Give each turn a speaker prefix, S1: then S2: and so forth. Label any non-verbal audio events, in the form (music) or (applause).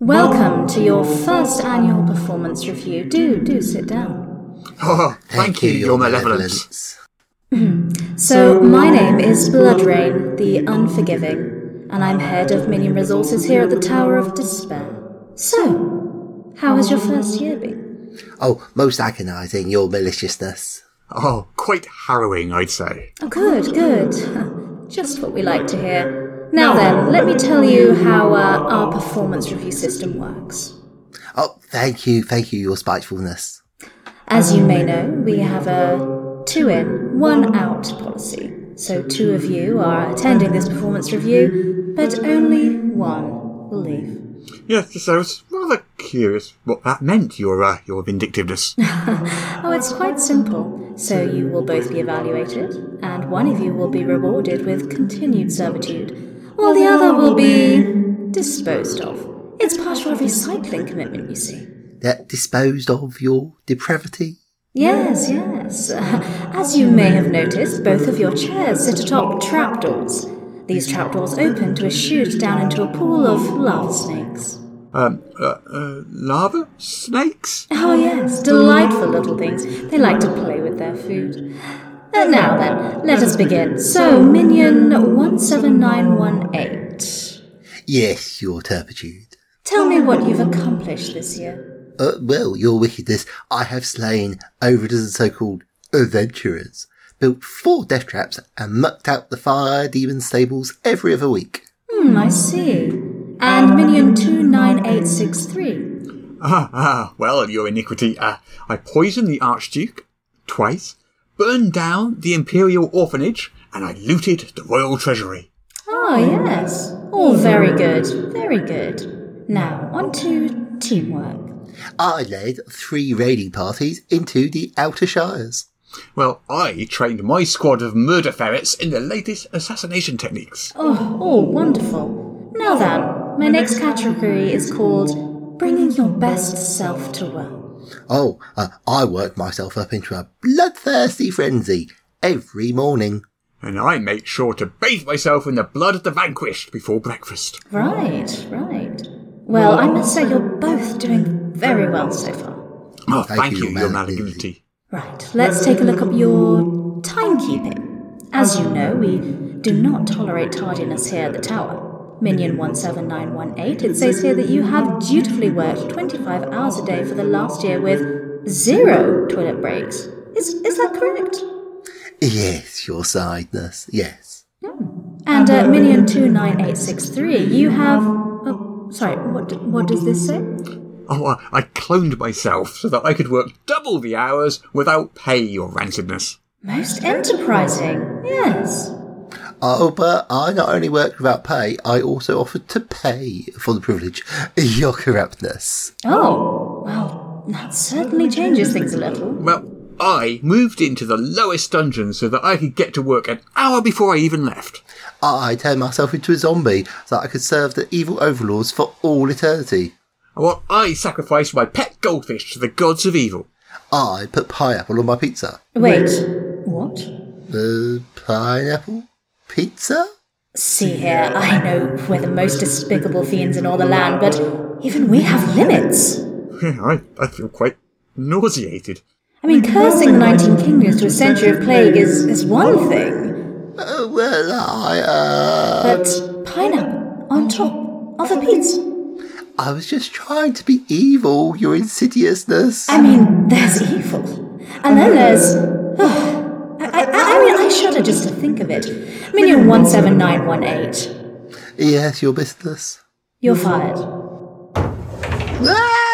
S1: Welcome to your first annual performance review. Do, do sit down. (clears throat)
S2: Oh, thank you, Your Malevolence.
S1: So, my name is Bloodrain, the Unforgiving, and I'm head of Minion Resources here at the Tower of Despair. So, how has your first year been?
S3: Oh, most agonising, your maliciousness.
S2: Oh, quite harrowing, I'd say.
S1: Oh, good, good. (laughs) Just what we like to hear. Now then, let me tell you how uh, our performance review system works.
S3: Oh, thank you, thank you, your spitefulness.
S1: As you may know, we have a two in, one out policy. So two of you are attending this performance review, but only one will leave.
S2: Yes, I was rather curious what that meant, your uh, your vindictiveness.
S1: Oh, it's quite simple. So you will both be evaluated, and one of you will be rewarded with continued servitude, while the other will be disposed of. It's part of our recycling commitment, you see.
S3: That disposed of your depravity?
S1: Yes, yes. As you may have noticed, both of your chairs sit atop trapdoors. These trapdoors open to a chute down into a pool of lava snakes.
S2: Um, uh, uh, lava snakes.
S1: Oh, yes, delightful little things. They like to play with their food. And now then, let us begin. So, Minion 17918,
S3: Yes, your turpitude.
S1: tell me what you've accomplished this year.
S3: Uh, well, your wickedness, I have slain over a dozen so-called adventurers, built four death traps, and mucked out the fire demon stables every other week.
S1: Hmm, I see. And Minion 29863,
S2: Ah, ah, well, your iniquity. Uh, I poisoned the Archduke twice, burned down the Imperial orphanage, and I looted the royal treasury.
S1: Oh, yes. All very good. Very good. Now, on to teamwork.
S3: I led three raiding parties into the Outer Shires.
S2: Well, I trained my squad of murder ferrets in the latest assassination techniques.
S1: Oh, all wonderful. Now then, my next category is called Bringing Your Best Self to Work.
S3: Oh, uh, I worked myself up into a bloodthirsty frenzy every morning.
S2: And I make sure to bathe myself in the blood of the vanquished before breakfast.
S1: Right, right. Well, I must say you're both doing very well so far.
S2: Oh,
S3: Thank
S2: thank,
S3: you,
S2: you,
S3: Your
S2: Your
S3: Majesty.
S2: Malignity.
S1: Right, let's take a look at your timekeeping. As you know, we do not tolerate tardiness here at the tower. Minion 17918, it says here that you have dutifully worked 25 hours a day for the last year with zero toilet breaks. Is, is that correct?
S3: Yes, your sideness, yes.
S1: And uh, Minion 29863, you have. Oh, sorry, what, d- what does this say?
S2: Oh, I- I cloned myself so that I could work double the hours without pay, Your Rancidness.
S1: Most enterprising, yes.
S3: Oh, but I not only worked without pay, I also offered to pay for the privilege. Your corruptness.
S1: Oh, well, that certainly changes things a little.
S2: Well, I moved into the lowest dungeon so that I could get to work an hour before I even left.
S3: I turned myself into a zombie so that I could serve the evil overlords for all eternity.
S2: Well, I sacrificed my pet goldfish to the gods of evil. (laughs)
S3: I put pineapple on my pizza.
S1: Wait, what?
S3: Uh, pineapple? Pizza?
S1: See here, I know we're the most despicable fiends in all the land, but even we have limits.
S2: I, I feel quite nauseated.
S1: I mean, cursing the 19 kingdoms to a century of plague is, is one thing,
S3: Uh, well, I, uh...
S1: but pineapple on top of a pizza.
S3: I was just trying to be evil, your insidiousness.
S1: I mean, there's evil. And then there's. I, I, I mean, I shudder just to think of it. Minion 17918,
S3: Yes, your business.
S1: you're fired.
S3: Ah!